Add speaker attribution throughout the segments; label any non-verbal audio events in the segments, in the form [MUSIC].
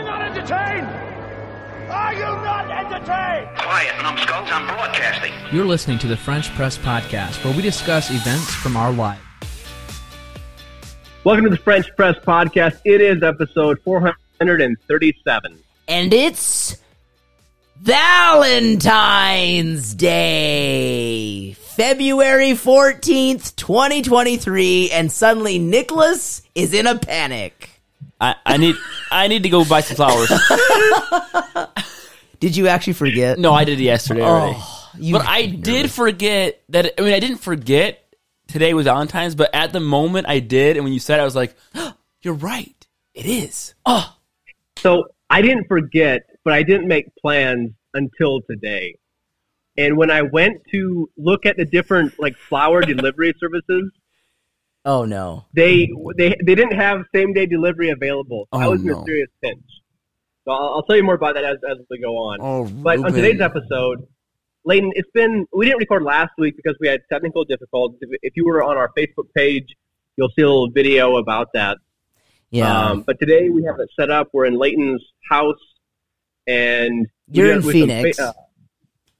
Speaker 1: entertained? Are you not entertained?
Speaker 2: Quiet, numbskulls, I'm broadcasting.
Speaker 3: You're listening to the French Press Podcast, where we discuss events from our life.
Speaker 4: Welcome to the French Press Podcast. It is episode 437.
Speaker 5: and it's Valentine's Day, February 14th, 2023, and suddenly Nicholas is in a panic.
Speaker 6: I, I need I need to go buy some
Speaker 3: [LAUGHS]
Speaker 6: flowers.
Speaker 5: Did you actually forget? Oh,
Speaker 6: No, I did it yesterday already.
Speaker 5: you,
Speaker 6: Oh. but I did forget that. I mean, I didn't forget today was Valentine's, but at the moment I did, and when you said, it, I was like, [GASPS] "You're right, it is." Oh,
Speaker 4: So I didn't forget, but I didn't make plans until today. And when I went to look at the different like flower delivery services,
Speaker 5: oh no.
Speaker 4: they they they didn't have same day delivery available. I
Speaker 6: Oh,
Speaker 4: was in
Speaker 6: no.
Speaker 4: a serious pinch. So I'll, I'll tell you more about that as, as we go on.
Speaker 6: Oh,
Speaker 4: but on
Speaker 6: Ruben.
Speaker 4: today's episode, Layton, it's been we didn't record last week because we had technical difficulties. If- If you were on our Facebook page, you'll see a little video about that.
Speaker 5: Yeah.
Speaker 4: Um, but today we have it set up. We're in Layton's house, and we
Speaker 5: You're
Speaker 4: did it with
Speaker 5: in
Speaker 4: some
Speaker 5: Phoenix.
Speaker 4: fa- uh,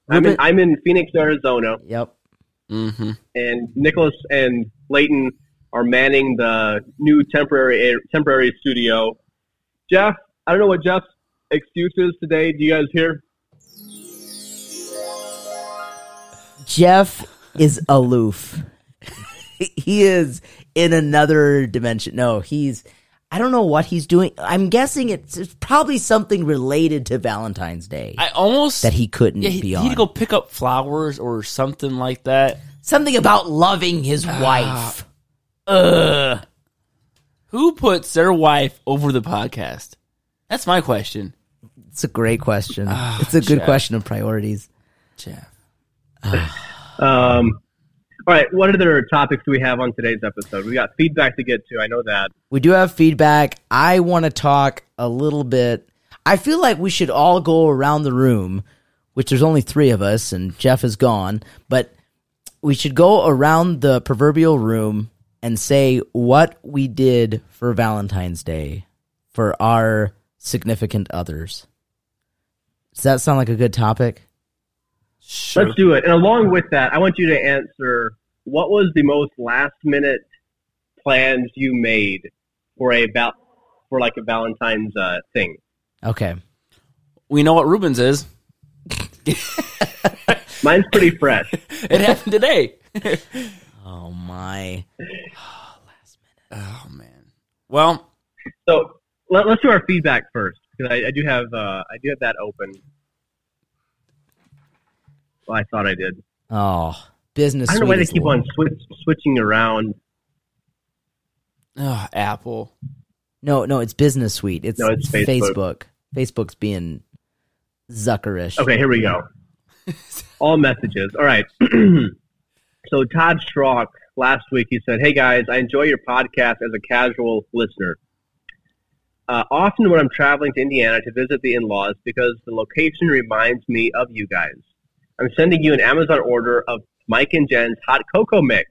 Speaker 4: I'm in,
Speaker 5: Ruben-
Speaker 4: I'm in Phoenix, Arizona,
Speaker 5: yep.
Speaker 6: mm-hmm.
Speaker 4: and Nicholas and Layton are manning the new temporary temporary studio. Jeff, I don't know what Jeff's excuse is today. Do you guys hear?
Speaker 5: Jeff is aloof. [LAUGHS] he is in another dimension. No, he's. I don't know what he's doing. I'm guessing it's, it's probably something related to Valentine's Day
Speaker 6: I almost
Speaker 5: that he couldn't
Speaker 6: yeah, he,
Speaker 5: be
Speaker 6: he
Speaker 5: on.
Speaker 6: had to go pick up flowers or something like that.
Speaker 5: Something about loving his wife.
Speaker 6: Ugh. Who puts their wife over the podcast? That's my question,
Speaker 5: It's a great question. it's a good
Speaker 6: Jeff.
Speaker 5: question of priorities.
Speaker 6: Jeff.
Speaker 4: Um, all right, what other topics do we have on today's episode? We got feedback to get to. I know that.
Speaker 5: We do have feedback. I want to talk a little bit. I feel like we should all go around the room, which there's only three of us, and Jeff is gone, but we should go around the proverbial room and say what we did for Valentine's Day for our significant others. Does that sound like a good topic?
Speaker 6: Sure.
Speaker 4: Let's do it. And along with that, I want you to answer what was the most last minute plans you made for a val- for like a Valentine's uh, thing?
Speaker 5: Okay.
Speaker 6: We know what Rubens is.
Speaker 4: Mine's pretty fresh.
Speaker 6: It happened today.
Speaker 5: Oh my.
Speaker 6: oh man. Well,
Speaker 4: So let, let's do our feedback first because I, I do have uh, I do have that open. Well, I thought I did.
Speaker 5: Oh, business.
Speaker 4: I don't know why they
Speaker 5: sweetest
Speaker 4: keep
Speaker 5: Lord.
Speaker 4: on switch, switching around.
Speaker 6: ugh, Apple.
Speaker 5: No, no, it's Business Suite. It's,
Speaker 4: No, it's
Speaker 5: Facebook.
Speaker 4: Facebook.
Speaker 5: Facebook's being zuckerish.
Speaker 4: Okay, here we go. All messages. All right. [CLEARS THROAT] so Todd Strock last week he said, "Hey guys, I enjoy your podcast as a casual listener. Uh, often when I'm traveling to Indiana to visit the in-laws, because the location reminds me of you guys. I'm sending you an Amazon order of Mike and Jen's hot cocoa mix.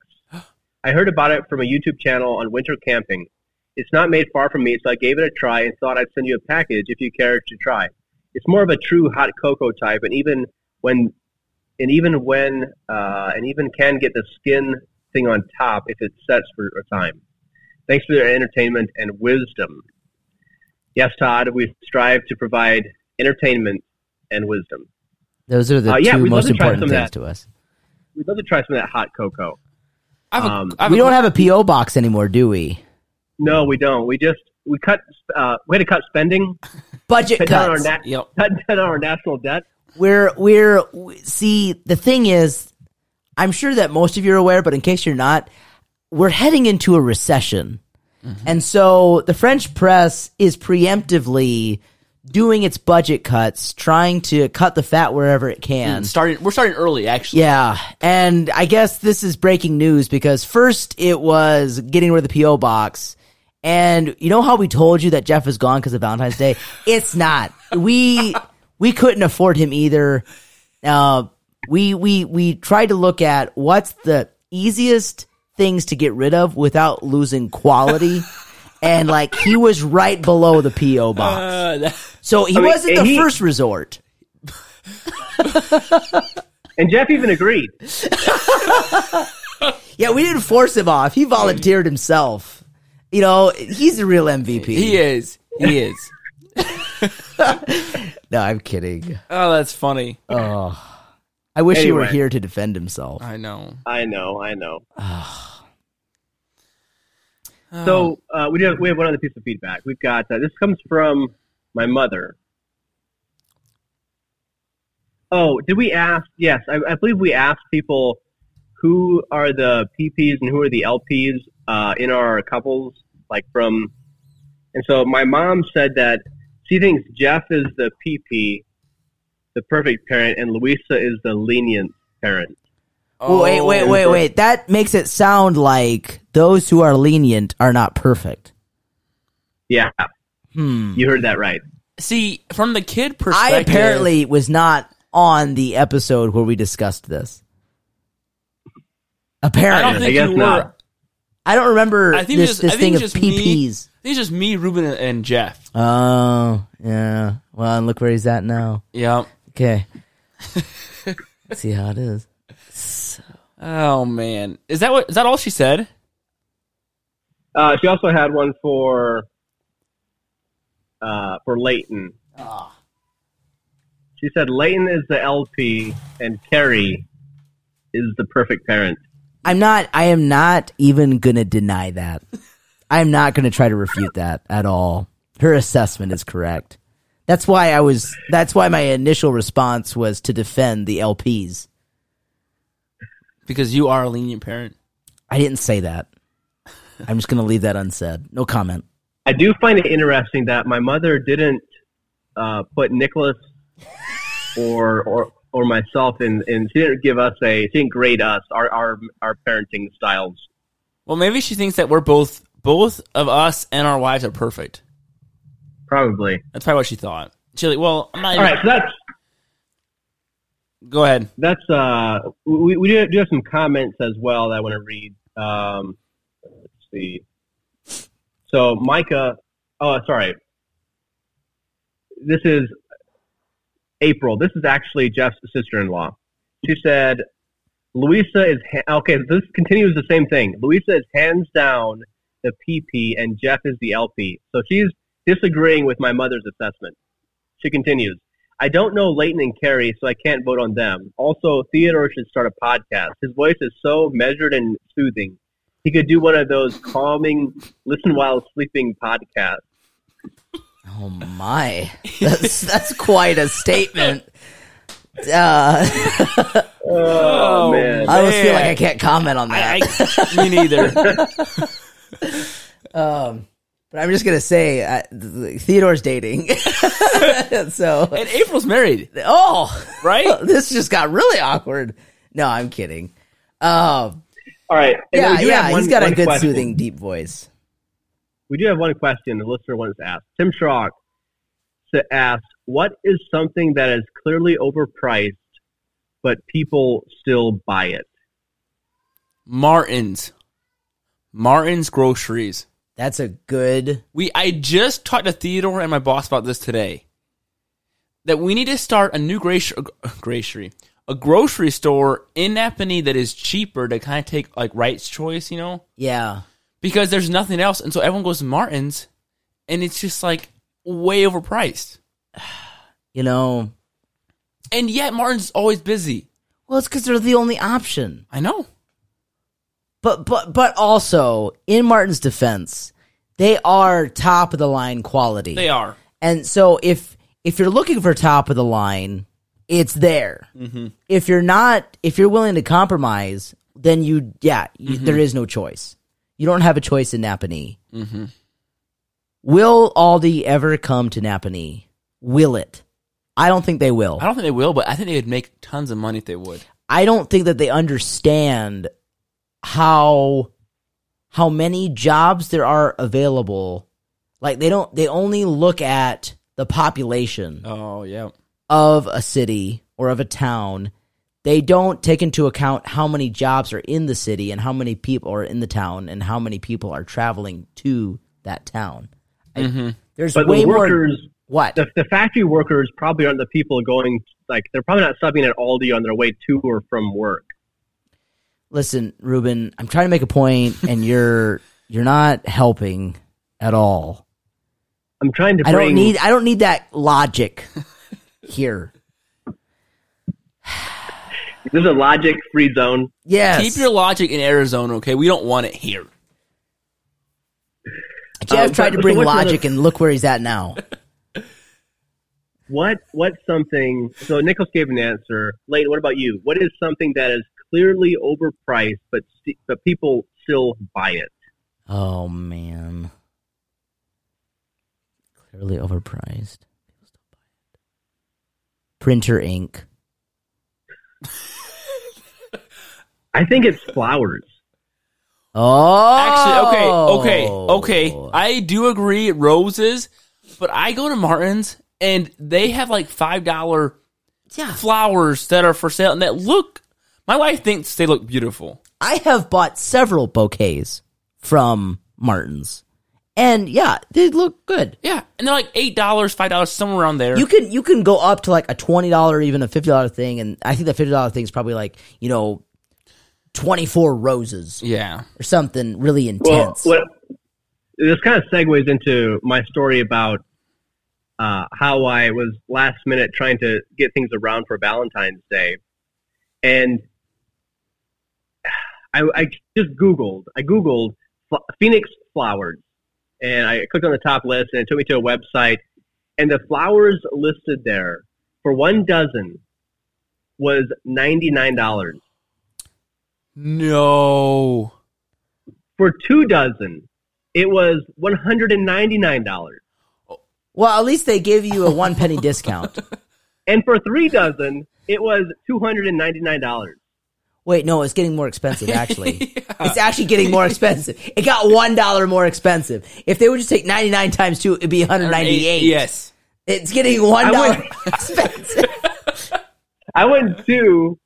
Speaker 4: I heard about it from a YouTube channel on winter camping. It's not made far from me, so I gave it a try and thought I'd send you a package if you cared to try. It's more of a true hot cocoa type, and even when and even when uh, and even can get the skin thing on top if it sets for a time. Thanks for their entertainment and wisdom. Yes, Todd, we strive to provide entertainment and wisdom.
Speaker 5: Those are the
Speaker 4: Uh, yeah,
Speaker 5: two
Speaker 4: we'd love
Speaker 5: most
Speaker 4: to try
Speaker 5: important
Speaker 4: some of
Speaker 5: things
Speaker 4: that.
Speaker 5: to us.
Speaker 4: We'd love to try some of that hot cocoa.
Speaker 6: I have a,
Speaker 4: Um,
Speaker 6: I have
Speaker 5: We
Speaker 6: a-
Speaker 5: don't have a PO box anymore, do we?
Speaker 4: No, we don't. We just we cut. Uh, we had to cut spending.
Speaker 5: Budget
Speaker 4: Cut down, our
Speaker 5: cuts.
Speaker 4: na-
Speaker 6: Yep.
Speaker 4: cut down our national debt.
Speaker 5: we're we're we- see the thing is, I'm sure that most of you are aware, but in case you're not, we're heading into a recession, and so the French press is preemptively doing its budget cuts, trying to cut the fat wherever it can.
Speaker 6: starting. We're starting early, actually.
Speaker 5: Yeah, and I guess this is breaking news because first it was getting rid of the PO box, and you know how we told you that Jeff is gone because of
Speaker 4: [LAUGHS]
Speaker 5: Valentine's Day. It's not. We we couldn't afford him either. Uh, we we we tried to look at what's the easiest things to get rid of without
Speaker 4: [LAUGHS]
Speaker 5: losing quality, and like he was right below the PO box.
Speaker 6: Uh, that-
Speaker 5: So he
Speaker 4: I mean,
Speaker 5: wasn't the
Speaker 4: he-
Speaker 5: first resort.
Speaker 4: And Jeff even agreed.
Speaker 5: Yeah, we didn't force him off. He volunteered himself. You know, he's the real MVP.
Speaker 6: He is. He is.
Speaker 5: No, I'm kidding.
Speaker 6: Oh, that's funny.
Speaker 5: I wish he were
Speaker 4: Anyway.
Speaker 5: here to defend himself.
Speaker 6: I know.
Speaker 4: I know, I know. so uh, we do have, we have one other piece of feedback. We've got uh, this comes from my mother. Oh, did we ask? Yes, I, I believe we asked people who are the PPs and who are the LPs uh, in our couples, like from. And so my mom said that she thinks Jeff is the PP, the perfect parent, and Louisa is the lenient parent.
Speaker 6: Oh,
Speaker 5: Well, wait, wait, wait, wait. That makes it sound like those who are lenient are not perfect.
Speaker 4: Yeah. You heard that right.
Speaker 6: See, from the kid perspective,
Speaker 5: I apparently was not on the episode where we discussed this.
Speaker 6: I
Speaker 5: Apparently,
Speaker 6: don't think
Speaker 4: guess
Speaker 6: you were.
Speaker 4: not.
Speaker 5: remember
Speaker 6: I think
Speaker 5: this,
Speaker 6: just,
Speaker 5: this
Speaker 6: I
Speaker 5: thing
Speaker 6: think
Speaker 5: of
Speaker 6: just me. I
Speaker 5: PPs.
Speaker 6: think it's just me, Ruben, and- and Jeff.
Speaker 5: Oh, yeah. Well, and look where he's at now.
Speaker 6: Yeah. [LAUGHS]
Speaker 5: Okay. Let's see how it is.
Speaker 6: Oh man, is that what? Is that all she said?
Speaker 4: Uh, she also had one for uh, for Leighton. She said Leighton is the LP and Carrie is the perfect parent.
Speaker 5: I'm not. I am not even gonna deny that. I'm not gonna try to refute that at all. Her assessment is correct. That's why I was. That's why my initial response was to defend the LPs.
Speaker 6: Because you are a lenient parent.
Speaker 5: I didn't say that. I'm just gonna leave that unsaid. No comment.
Speaker 4: I do find it interesting that my mother didn't uh, put Nicholas or or or myself in, in she didn't give us a she didn't grade us our our, our parenting styles.
Speaker 6: Well, maybe she thinks that we're both both of us and our wives are perfect.
Speaker 4: Probably.
Speaker 6: That's probably what she thought. She's like, well, I'm not.
Speaker 4: All right, so that's
Speaker 6: Go ahead.
Speaker 4: that's uh we, we do have- do have some comments as well that I want to read. Um, let's see. So Micah, oh sorry, this is April. This is actually Jeff's sister-in-law. She said, "Louisa is ha- okay." This continues the same thing. Louisa is hands down the PP, and Jeff is the LP. So she's disagreeing with my mother's assessment. She continues. I don't know Leighton and Carrie, so I can't vote on them. Also, Theodore should start a podcast. His voice is so measured and soothing. He could do one of those calming, listen while sleeping podcasts.
Speaker 5: Oh my, [LAUGHS] that's that's quite a statement. Uh,
Speaker 4: Oh,
Speaker 6: man.
Speaker 5: I almost feel like I can't comment on that.
Speaker 6: I, I, me neither.
Speaker 5: but I'm just gonna say uh, Theodore's dating, [LAUGHS] so
Speaker 6: And April's married,
Speaker 5: Oh, [LAUGHS]
Speaker 6: right?
Speaker 5: this just got really awkward. No, I'm kidding. Uh,
Speaker 4: All right. and then
Speaker 5: yeah,
Speaker 4: we do
Speaker 5: yeah,
Speaker 4: have one-
Speaker 5: he's got a
Speaker 4: one
Speaker 5: good,
Speaker 4: question.
Speaker 5: soothing, deep voice.
Speaker 4: We do have one question the listener wants to ask. Tim Schrock to ask, what is something that is clearly overpriced, but people still buy it?
Speaker 6: Martin's, Martin's groceries.
Speaker 5: That's a good.
Speaker 6: We I just talked to Theodore and my boss about this today. That we need to start a new grocery, [LAUGHS] grocery, a grocery store in Napanee that is cheaper to kind of take like Wright's Choice, you know,
Speaker 5: Yeah,
Speaker 6: because there's nothing else, and so everyone goes to Martin's, and it's just like way overpriced.
Speaker 5: you know.
Speaker 6: And yet Martin's is always busy.
Speaker 5: Well, it's because they're the only option.
Speaker 6: I know.
Speaker 5: But but but also, in Martin's defense, they are top of the line quality.
Speaker 6: They are.
Speaker 5: And so if if you're looking for top of the line, it's there. If you're not, if you're willing to compromise, then you yeah, you, there is no choice. You don't have a choice in Napanee. Will Aldi ever come to Napanee? Will it? I don't think they will.
Speaker 6: I don't think they will, but I think they would make tons of money if they would.
Speaker 5: I don't think that they understand how how many jobs there are available. Like they don't they only look at the population
Speaker 6: Oh yeah.
Speaker 5: of a city or of a town, they don't take into account how many jobs are in the city and how many people are in the town and how many people are traveling to that town. I- there's
Speaker 4: But
Speaker 5: way
Speaker 4: the workers,
Speaker 5: more What?
Speaker 4: the, the factory workers probably aren't the people going like they're probably not subbing at Aldi on their way to or from work.
Speaker 5: Listen, Ruben, I'm trying to make a point, and you're you're not helping at all.
Speaker 4: I'm trying to
Speaker 5: I
Speaker 4: bring.
Speaker 5: don't need I don't need that logic here.
Speaker 4: This is a logic free zone.
Speaker 5: Yes,
Speaker 6: Keep your logic in Arizona, okay? We don't want it here.
Speaker 5: Jeff
Speaker 4: Um,
Speaker 5: tried to
Speaker 4: so
Speaker 5: bring
Speaker 4: what's another-
Speaker 5: logic, and look where he's at now.
Speaker 4: What what's something? So Nichols gave an answer. Lane, what about you? What is something that is clearly overpriced, but st- but people still buy it?
Speaker 5: Oh man, clearly overpriced. Printer ink.
Speaker 4: I think it's flowers.
Speaker 5: Oh,
Speaker 6: Actually, okay, okay, okay. I do agree, roses, but I go to Martin's and they have like five dollar
Speaker 5: yeah,
Speaker 6: flowers that are for sale and that look. My wife thinks they look beautiful.
Speaker 5: I have bought several bouquets from Martin's, and yeah, they look good.
Speaker 6: Yeah, and they're like eight dollars, five dollars, somewhere around there.
Speaker 5: You can you can go up to like a twenty dollar, even a fifty dollar thing, and I think the fifty dollar thing is probably like you know twenty four roses
Speaker 6: yeah,
Speaker 5: or something really
Speaker 4: Well,
Speaker 5: intense.
Speaker 4: what, this kind of segues into my story about uh, how I was last minute trying to get things around for Valentine's Day, and I, I just googled. I googled F- Phoenix flowers, and I clicked on the top list, and it took me to a website, and the flowers listed there for one dozen was ninety nine dollars.
Speaker 6: no,
Speaker 4: For two dozen, it was one hundred and ninety nine dollars.
Speaker 5: Well, at least they give you a one penny discount.
Speaker 4: And for three dozen, it was two hundred and ninety nine dollars.
Speaker 5: Wait, no, it's getting more
Speaker 4: [LAUGHS]
Speaker 5: expensive. Actually, it's actually getting more expensive. It got one dollar more expensive. If they would just take ninety nine times two, it'd be one hundred ninety eight.
Speaker 6: Yes,
Speaker 5: it's getting one
Speaker 4: I
Speaker 5: dollar [LAUGHS]
Speaker 4: would-
Speaker 5: expensive.
Speaker 4: I went to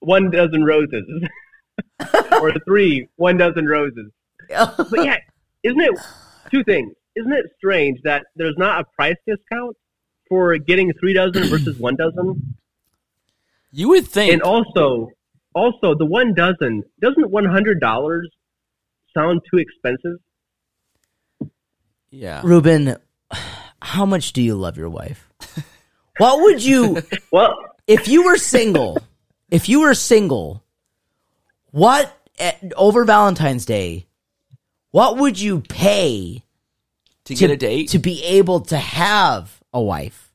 Speaker 4: one dozen roses, [LAUGHS] or three one dozen roses. But yeah, isn't it two things? Isn't it strange that there's not a price discount for getting three dozen versus one dozen?
Speaker 6: you would think.
Speaker 4: And also, also the one dozen doesn't one hundred dollars sound too expensive?
Speaker 6: yeah,
Speaker 5: Ruben, how much do you love your wife? What would you,
Speaker 4: Well,
Speaker 5: if you were single, if you were single, what at, over Valentine's Day, what would you pay
Speaker 6: to get a date.
Speaker 5: to be able to have a wife?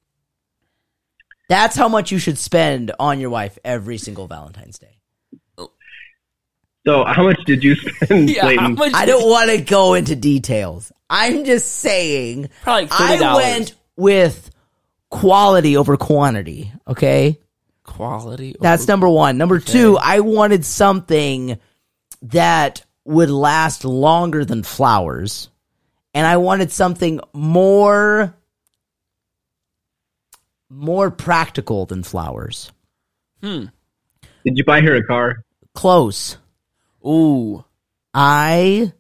Speaker 5: That's how much you should spend on your wife every single Valentine's Day.
Speaker 4: so how much did you [LAUGHS] spend,
Speaker 6: yeah, how
Speaker 4: Clayton?
Speaker 6: much-
Speaker 5: I
Speaker 6: [LAUGHS]
Speaker 5: don't want to go into details. I'm just saying
Speaker 6: Probably like $30.
Speaker 5: I went with quality over quantity, okay?
Speaker 6: quality.
Speaker 5: That's
Speaker 6: over-
Speaker 5: number one. Number two, I wanted something that would last longer than flowers. And I wanted something more more practical than flowers.
Speaker 4: Did you buy her a car?
Speaker 5: Close.
Speaker 6: Ooh,
Speaker 5: I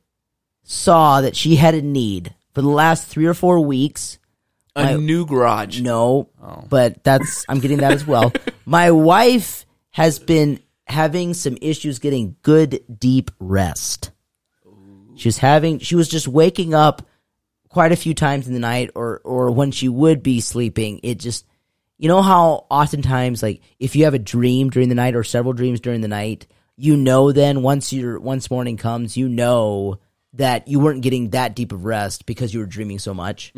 Speaker 5: saw that she had a need for the last three or four weeks. My-
Speaker 6: a new garage.
Speaker 5: No, but that's I'm getting that as well. My wife has been having some issues getting good deep rest. She was having she was just waking up quite a few times in the night or or when she would be sleeping, it just you know how oftentimes like if you have a dream during the night or several dreams during the night, you know then once your once morning comes, you know that you weren't getting that deep of rest because you were dreaming so much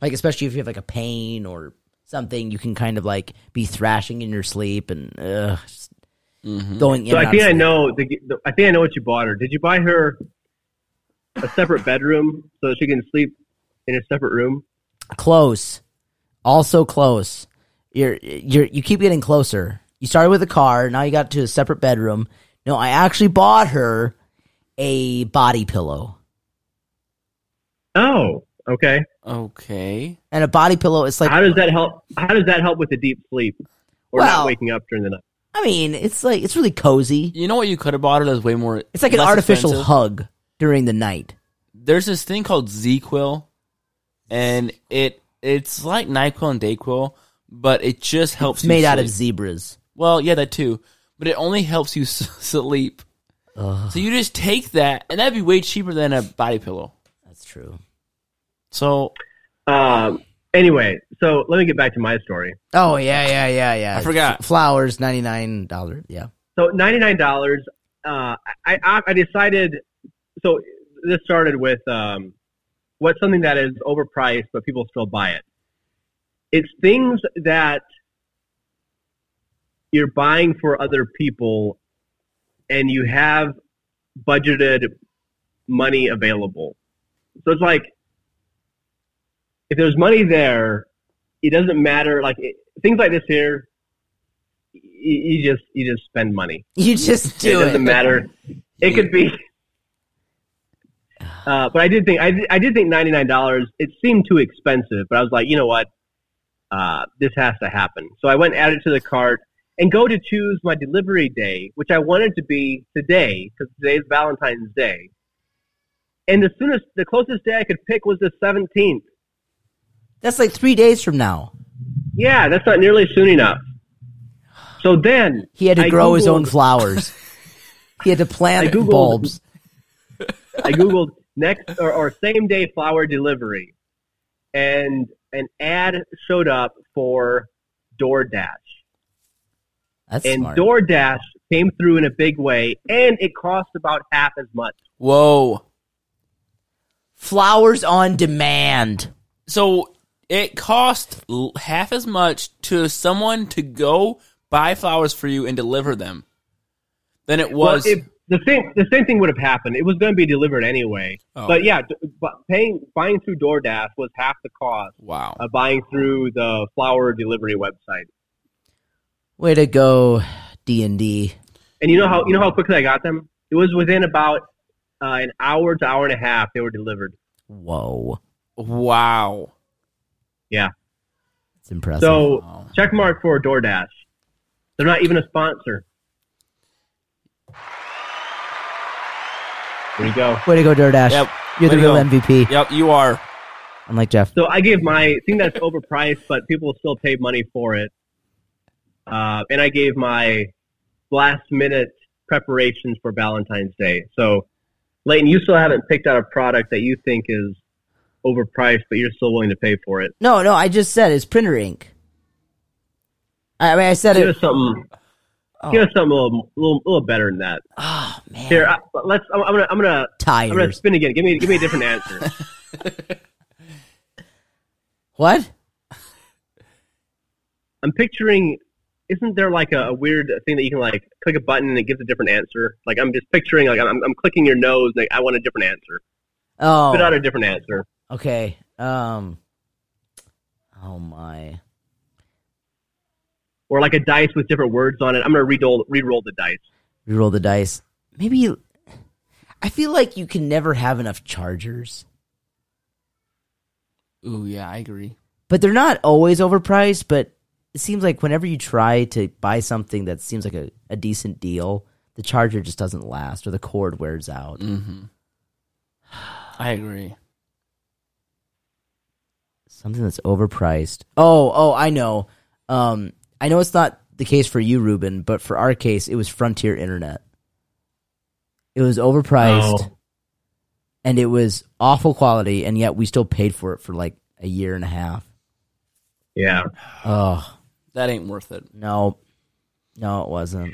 Speaker 5: like especially if you have like a pain or something, you can kind of like be thrashing in your sleep and uh, just going in.
Speaker 4: So
Speaker 5: and
Speaker 4: I
Speaker 5: out
Speaker 4: think
Speaker 5: of
Speaker 4: I
Speaker 5: sleep.
Speaker 4: know. The, the, I think I know what you bought her. Did you buy her a separate bedroom so that she can sleep in a separate room?
Speaker 5: Close, also close. You're you're you keep getting closer. You started with a car, now you got to a separate bedroom. No, I actually bought her a body pillow,
Speaker 4: Oh, okay.
Speaker 6: Okay.
Speaker 5: and a body pillow is like
Speaker 4: How does that help? How does that help with the deep sleep or
Speaker 5: Well-
Speaker 4: not waking up during the night?
Speaker 5: I mean, it's like it's really cozy.
Speaker 6: You know what you could have bought her that's way more.
Speaker 5: It's like an
Speaker 6: less
Speaker 5: artificial
Speaker 6: expensive?
Speaker 5: hug during the night.
Speaker 6: There's this thing called Z Quill, and it It's like Nyquil and Dayquil, but it just helps.
Speaker 5: It's made
Speaker 6: you
Speaker 5: out of
Speaker 6: sleep.
Speaker 5: zebras.
Speaker 6: Well, yeah, that too. But it only helps you [LAUGHS] s- sleep. So you just take that, and that'd be way cheaper than a body pillow.
Speaker 5: That's true.
Speaker 6: So
Speaker 4: Um, anyway, so let me get back to my story.
Speaker 5: Oh yeah, yeah, yeah, yeah.
Speaker 6: I forgot.
Speaker 5: F- flowers, ninety nine dollars. Yeah. [LAUGHS]
Speaker 4: So ninety nine dollars. Uh, I, I I decided. So this started with um, what's something that is overpriced but people still buy it. It's things that you're buying for other people, and you have budgeted money available. So it's like if there's money there, it doesn't matter. Like it, things like this here, y- you just you just spend money
Speaker 5: You just do
Speaker 4: it
Speaker 5: it.
Speaker 4: doesn't matter. It could
Speaker 5: [SIGHS]
Speaker 4: be. Uh, but I did think I did, I did think ninety nine dollars. It seemed too expensive, but I was like, you know what, uh, this has to happen. So I went added to the cart and go to choose my delivery day, which I wanted to be today because today is Valentine's Day. And the soonest, the closest day I could pick was the seventeenth.
Speaker 5: That's like three days from now.
Speaker 4: Yeah, that's not nearly soon enough. So then
Speaker 5: He had to
Speaker 4: I
Speaker 5: grow his own
Speaker 4: Googled-
Speaker 5: flowers.
Speaker 4: [LAUGHS]
Speaker 5: he had to
Speaker 4: I
Speaker 5: plant
Speaker 4: Googled-
Speaker 5: bulbs.
Speaker 4: I googled next or, or same day flower delivery, and an ad showed up for DoorDash,
Speaker 5: That's
Speaker 4: and
Speaker 5: smart.
Speaker 4: DoorDash came through in a big way, and it cost about half as much.
Speaker 6: whoa.
Speaker 5: flowers on demand.
Speaker 6: So it cost l- half as much to someone to go buy flowers for you and deliver them than it was.
Speaker 4: Well, it, the same the same thing would have happened. It was going to be delivered anyway,
Speaker 6: Oh.
Speaker 4: but yeah, d- but paying buying through DoorDash was half the cost
Speaker 6: wow.
Speaker 4: of buying through the flower delivery website.
Speaker 5: Way to go, D and D.
Speaker 4: And you know how you know how quickly I got them? It was within about uh, an hour to hour and a half they were delivered.
Speaker 5: Whoa,
Speaker 6: Wow.
Speaker 4: Yeah.
Speaker 5: it's impressive.
Speaker 4: So
Speaker 6: Wow.
Speaker 4: check mark for DoorDash. They're not even a sponsor. There you go.
Speaker 5: Way to go, DoorDash.
Speaker 6: Yep.
Speaker 5: You're the
Speaker 6: Way to
Speaker 5: real
Speaker 6: go.
Speaker 5: MVP.
Speaker 6: Yep, you are.
Speaker 5: I'm like Jeff.
Speaker 4: So I gave my thing that's overpriced, but people still pay money for it. Uh, and I gave my last minute preparations for Valentine's Day. So Leighton, you still haven't picked out a product that you think is overpriced, but you're still willing to pay for it.
Speaker 5: No, no, I just said it's printer ink. I I mean, I said
Speaker 4: Give
Speaker 5: it. [LAUGHS]
Speaker 4: us something. Give us something a little, little, little better than that.
Speaker 5: Oh man,
Speaker 4: Here, I, let's. I'm, I'm gonna. I'm gonna. I'm gonna
Speaker 5: tires.
Speaker 4: spin again. Give me give me a different answer.
Speaker 5: [LAUGHS] What?
Speaker 4: I'm picturing isn't there like a, a weird thing that you can like click a button and it gives a different answer? Like I'm just picturing like I'm, I'm clicking your nose and I want a different answer. Spit
Speaker 5: Oh,
Speaker 4: out a different answer.
Speaker 5: okay. Um. Oh my.
Speaker 4: Or like a dice with different words on it. I'm gonna re-roll, re-roll the dice.
Speaker 5: We roll the dice. Maybe. you- I feel like you can never have enough chargers,
Speaker 6: Ooh, yeah, I agree.
Speaker 5: but they're not always overpriced. But it seems like whenever you try to buy something that seems like a, a decent deal, the charger just doesn't last or the cord wears out.
Speaker 6: I agree.
Speaker 5: Something that's overpriced. Oh, oh, I know. Um, I know it's not the case for you, Ruben, but for our case, it was Frontier Internet. It was overpriced,
Speaker 4: Oh.
Speaker 5: and it was awful quality, and yet we still paid for it for like a year and a half.
Speaker 4: Yeah.
Speaker 5: Oh
Speaker 6: That ain't worth it.
Speaker 5: no, no, it wasn't.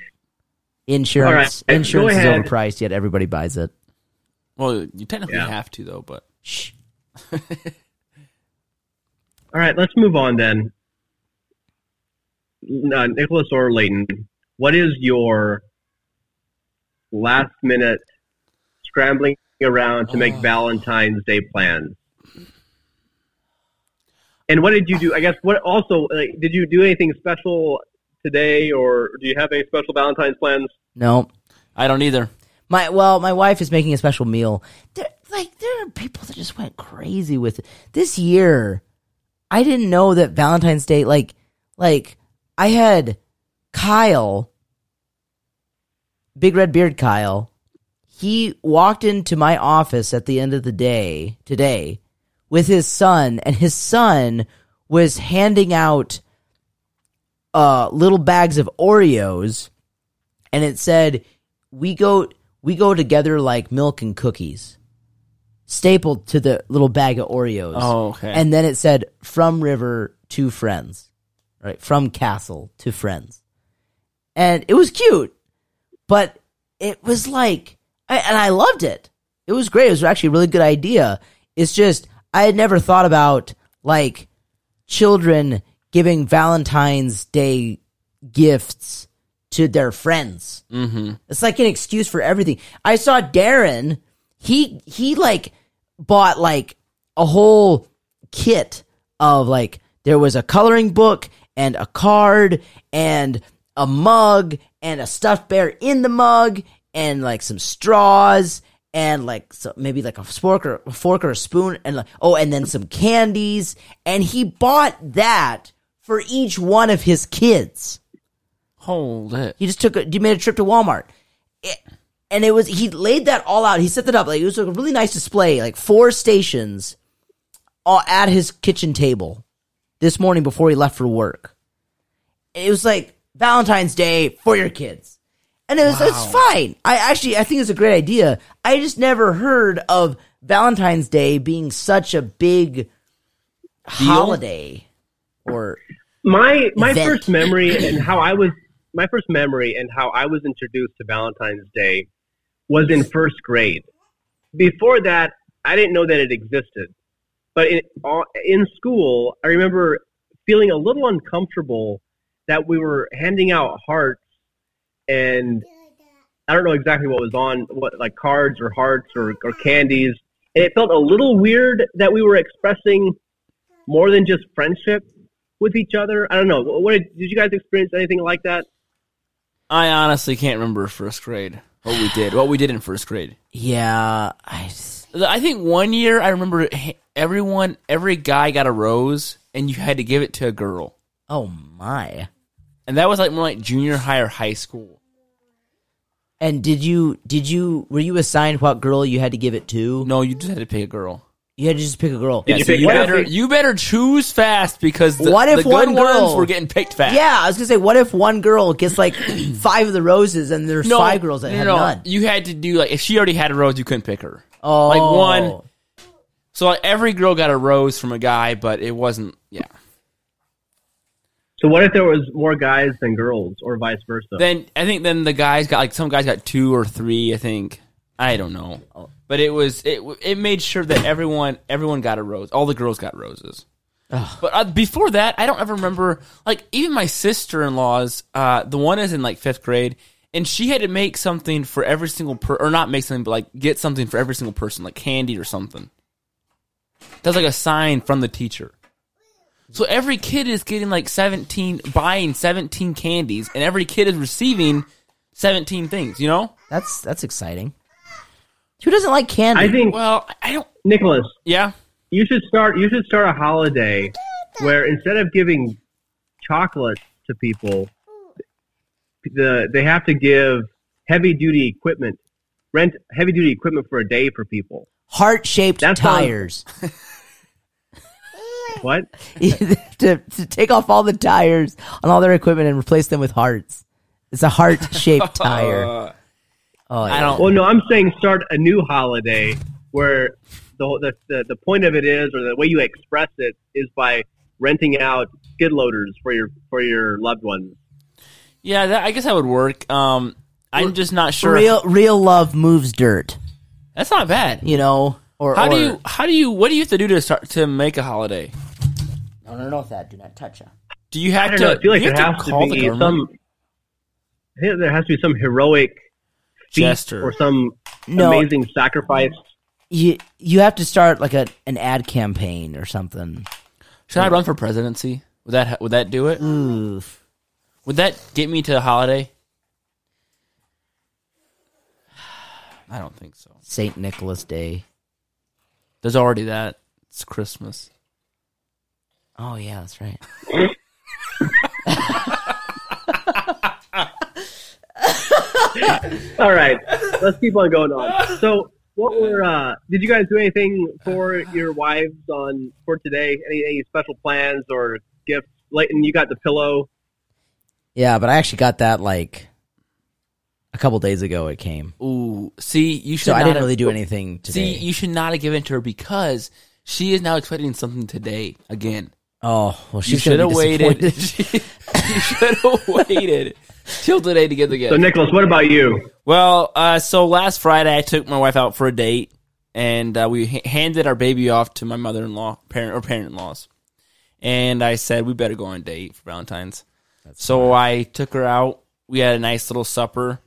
Speaker 5: Insurance,
Speaker 4: All right,
Speaker 5: insurance
Speaker 4: go
Speaker 5: is
Speaker 4: ahead.
Speaker 5: overpriced, yet everybody buys it.
Speaker 6: Well, you technically
Speaker 4: Yeah.
Speaker 6: have to though, but
Speaker 5: Shh.
Speaker 4: All right, let's move on then. Uh, Nicholas or Leighton, what is your last minute scrambling around to make Valentine's Day plans? And what did you do? I guess what also like, did you do anything special today, or do you have any special Valentine's plans?
Speaker 5: No,
Speaker 6: I don't either.
Speaker 5: My well, my wife is making a special meal. There, like there are people that just went crazy with it. This year, I didn't know that Valentine's Day. Like, like I had Kyle, big red beard Kyle. He walked into my office at the end of the day today with his son, and his son was handing out uh, little bags of Oreos, and it said, "We go, we go together like milk and cookies." Stapled to the little bag of Oreos.
Speaker 6: Oh, okay.
Speaker 5: And then it said, "From River to friends," right? From Castle to friends, and it was cute, but it was like, I, and I loved it. It was great. It was actually a really good idea. It's just I had never thought about like children giving Valentine's Day gifts to their friends. Mm-hmm. It's like an excuse for everything. I saw Darren. He he like bought like a whole kit of like there was a coloring book and a card and a mug and a stuffed bear in the mug and like some straws and like so maybe like a fork or a fork or a spoon and like oh and then some candies and he bought that for each one of his kids.
Speaker 6: Hold it.
Speaker 5: He just took a, he made a trip to Walmart. It, and it was he laid that all out. He set that up like it was like a really nice display, like four stations all at his kitchen table this morning before he left for work. It was like Valentine's Day for your kids. And it was it's fine. I actually I think it's a great idea. I just never heard of Valentine's Day being such a big holiday or
Speaker 4: my my
Speaker 5: event.
Speaker 4: first memory and how I was my first memory and how I was introduced to Valentine's Day was in first grade. Before that, I didn't know that it existed. But in all- in school, I remember feeling a little uncomfortable that we were handing out hearts and I don't know exactly what was on what like cards or hearts or, or candies. And it felt a little weird that we were expressing more than just friendship with each other. I don't know. What did, did you guys experience anything like that?
Speaker 6: I honestly can't remember first grade what we did. What we did in first grade.
Speaker 5: yeah, I just,
Speaker 6: I think one year I remember h- everyone, every guy got a rose, and you had to give it to a girl,
Speaker 5: oh my.
Speaker 6: and that was like more like junior high or high school.
Speaker 5: And did you did you were you assigned what girl you had to give it to?
Speaker 6: No, you just had to pick a girl.
Speaker 5: You had to just pick a girl.
Speaker 4: Did
Speaker 6: Yeah,
Speaker 4: you
Speaker 6: so
Speaker 4: pick
Speaker 6: you
Speaker 4: one?
Speaker 6: better you better choose fast because the,
Speaker 5: What if
Speaker 6: the good
Speaker 5: one girl-
Speaker 6: ones were getting picked fast.
Speaker 5: Yeah, I was gonna say, what if one girl gets like [CLEARS THROAT] five of the roses and there's
Speaker 6: no,
Speaker 5: five girls that
Speaker 6: no,
Speaker 5: have
Speaker 6: no.
Speaker 5: none?
Speaker 6: You had to do like if she already had a rose, you couldn't pick her.
Speaker 5: Oh,
Speaker 6: like one. So like, every girl got a rose from a guy, but it wasn't. Yeah.
Speaker 4: So what if there was more guys than girls, or vice versa?
Speaker 6: Then I think then the guys got like some guys got two or three. I think I don't know, but it was it w- it made sure that everyone everyone got a rose. All the girls got roses. But uh, before that, I don't ever remember. Like even my sister in laws, uh, the one is in like fifth grade, and she had to make something for every single per or not make something, but like get something for every single person, like candy or something. That's like a sign from the teacher. So every kid is getting like 17, buying 17 candies, and every kid is receiving 17 things, you know?
Speaker 5: that's that's exciting. Who doesn't like candy?
Speaker 4: I think
Speaker 6: Well, I- I don't,
Speaker 4: Nicholas,
Speaker 6: yeah.
Speaker 4: you should start. You should start a holiday where instead of giving chocolate to people, the they have to give heavy duty equipment, rent heavy duty equipment for a day for people.
Speaker 5: Heart shaped
Speaker 4: That sounds-
Speaker 5: tires. [LAUGHS]
Speaker 4: What?
Speaker 5: to, to take off all the tires on all their equipment and replace them with hearts. It's a heart
Speaker 6: [LAUGHS]
Speaker 5: shaped tire. Oh,
Speaker 6: I don't,
Speaker 4: Well, no, I'm saying start a new holiday where the the the, the point of it is, or the way you express it, is by renting out skid loaders for your for your loved ones.
Speaker 6: yeah, that, I guess that would work. Um, I'm just not sure.
Speaker 5: Real real love moves dirt.
Speaker 6: That's not bad.
Speaker 5: You know. Or
Speaker 6: How do
Speaker 5: or-
Speaker 6: you, how do you, what do you have to do to start, to make a holiday?
Speaker 5: No, no, no, that do not touch. her.
Speaker 6: Do you
Speaker 4: I
Speaker 6: have
Speaker 4: don't
Speaker 6: to,
Speaker 4: know. I feel like
Speaker 6: do you
Speaker 4: there
Speaker 6: have
Speaker 4: has to,
Speaker 6: to call the
Speaker 4: be
Speaker 6: government?
Speaker 4: some. I think There has to be some heroic feat
Speaker 6: Gesture.
Speaker 4: or some
Speaker 5: No.
Speaker 4: amazing sacrifice.
Speaker 5: You you have to start like a an ad campaign or something.
Speaker 6: Should I run for presidency? Would that, ha- would that do it?
Speaker 5: Oof.
Speaker 6: Would that get me to a holiday? [SIGHS] I don't think so.
Speaker 5: St. Nicholas Day.
Speaker 6: There's already that. It's Christmas.
Speaker 5: Oh yeah, that's right.
Speaker 4: All right, let's keep on going on. So What were uh, did you guys do anything for your wives on for today? Any, any special plans or gifts? Leighton, you got the pillow.
Speaker 5: Yeah, but I actually got that like a couple days ago. It came,
Speaker 6: Ooh, see, you should.
Speaker 5: so I
Speaker 6: not
Speaker 5: didn't
Speaker 6: have-
Speaker 5: really do anything today.
Speaker 6: See, you should not have given it to her because she is now expecting something today again.
Speaker 5: oh well,
Speaker 6: You
Speaker 5: she's
Speaker 6: should
Speaker 5: gonna
Speaker 6: have
Speaker 5: be
Speaker 6: waited.
Speaker 5: disappointed.
Speaker 6: [LAUGHS] you should have waited till today to get the gift.
Speaker 4: So Nicholas, what about you?
Speaker 6: Well, uh, so last Friday I took my wife out for a date, and uh, we h- handed our baby off to my mother-in-law, parent or parent-in-laws, and I said we better go on a date for Valentine's. so I took her out. We had a nice little supper,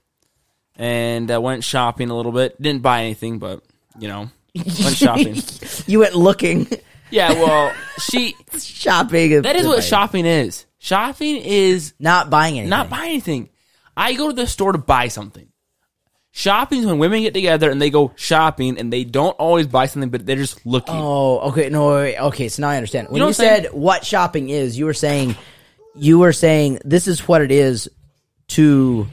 Speaker 6: and uh, went shopping a little bit. Didn't buy anything, but you know, [LAUGHS] went shopping.
Speaker 5: [LAUGHS] you went looking,
Speaker 6: yeah, well, she
Speaker 5: shopping.
Speaker 6: that is what shopping is. Shopping is
Speaker 5: Not buying anything.
Speaker 6: not buy anything. I go to the store to buy something. Shopping is when women get together and they go shopping and they don't always buy something, but they're just looking.
Speaker 5: Oh, okay. No, wait, wait, okay. So now I understand. When
Speaker 6: know
Speaker 5: you,
Speaker 6: what I'm
Speaker 5: said what shopping is, you were saying you were saying this is what it is to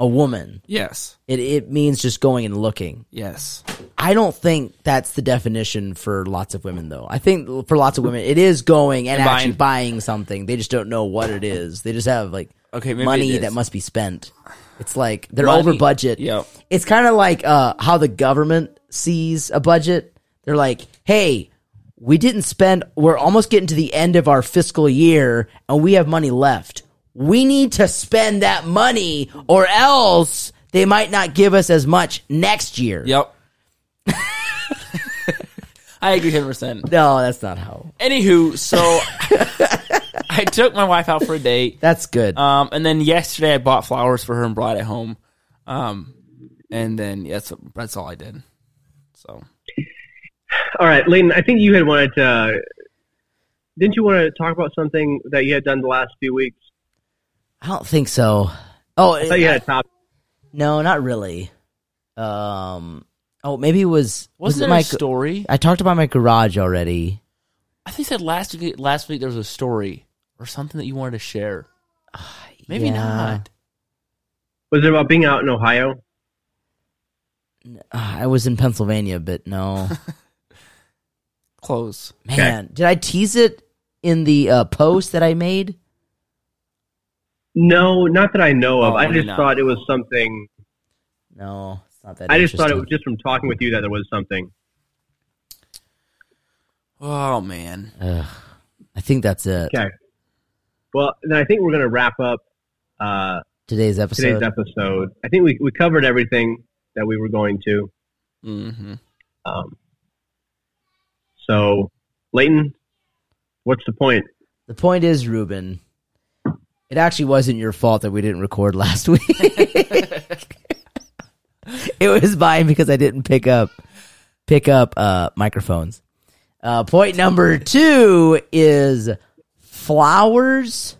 Speaker 5: a woman.
Speaker 6: Yes.
Speaker 5: It it means just going and looking.
Speaker 6: Yes.
Speaker 5: I don't think that's the definition for lots of women, though. I think for lots of women, it is going and,
Speaker 6: And
Speaker 5: actually
Speaker 6: buying.
Speaker 5: buying something. They just don't know what it is. They just have like
Speaker 6: Okay, maybe it
Speaker 5: money
Speaker 6: is.
Speaker 5: that must be spent. It's like they're
Speaker 6: Money-
Speaker 5: over budget.
Speaker 6: Yep.
Speaker 5: It's kind of like uh, how the government sees a budget. They're like, hey, we didn't spend, we're almost getting to the end of our fiscal year and we have money left. We need to spend that money or else they might not give us as much next year.
Speaker 6: Yep. [LAUGHS] I agree 100%.
Speaker 5: No, that's not how.
Speaker 6: Anywho, so [LAUGHS] I took my wife out for a date.
Speaker 5: That's good.
Speaker 4: Uh,
Speaker 6: Um, and then yesterday I bought flowers for her and brought it home. Um, and then yeah, that's, that's all I did. So
Speaker 4: All right, Leighton, I think you had wanted to. Uh, didn't you want to talk about something that you had done the last few weeks?
Speaker 5: I don't think so. Oh
Speaker 4: I thought you had a topic.
Speaker 5: no, not really. Um. Oh, maybe it was was it
Speaker 6: wasn't there
Speaker 5: my?
Speaker 6: a story?
Speaker 5: I talked about my garage already.
Speaker 6: I think you said last week. Last week there was a story or something that you wanted to share. Maybe
Speaker 5: Yeah.
Speaker 6: not.
Speaker 4: Was it about being out in Ohio?
Speaker 5: Ah, I was in Pennsylvania,
Speaker 4: [LAUGHS]
Speaker 5: but no.
Speaker 6: Close.
Speaker 5: Man, did I tease it in the uh, post that I made?
Speaker 4: No, not that I know of.
Speaker 6: Oh,
Speaker 4: I just
Speaker 6: no.
Speaker 4: thought it was something.
Speaker 5: No, it's not that.
Speaker 4: I just thought it was
Speaker 5: interesting.
Speaker 4: just from talking with you that there was something.
Speaker 6: Oh man.
Speaker 5: I think that's it.
Speaker 4: Okay. Well, then I think we're going to wrap up uh,
Speaker 5: Today's episode.
Speaker 4: today's episode. I think we, we covered everything that we were going to.
Speaker 6: hmm
Speaker 4: Um, so, Leighton, what's the point?
Speaker 5: the point is, Ruben, it actually wasn't your fault that we didn't record last [LAUGHS] week. it was mine because I didn't pick up pick up uh, microphones. Uh, point number two is flowers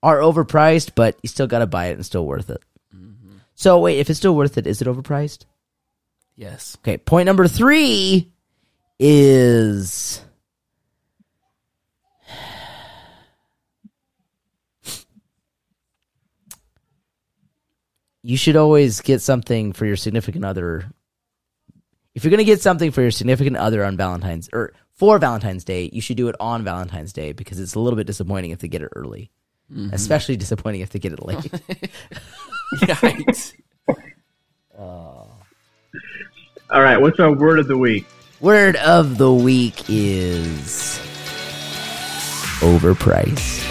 Speaker 5: are overpriced, but you still got to buy it and still worth it. So wait, if it's still worth it, is it overpriced?
Speaker 6: Yes. [LAUGHS]
Speaker 5: Okay, point number three is you should always get something for your significant other. If you're going to get something for your significant other on Valentine's or for Valentine's Day, you should do it on Valentine's Day because it's a little bit disappointing if they get it early. Especially disappointing if they get it late.
Speaker 6: Yikes.
Speaker 4: All right, what's our word of the week?
Speaker 5: Word of the week is overpriced.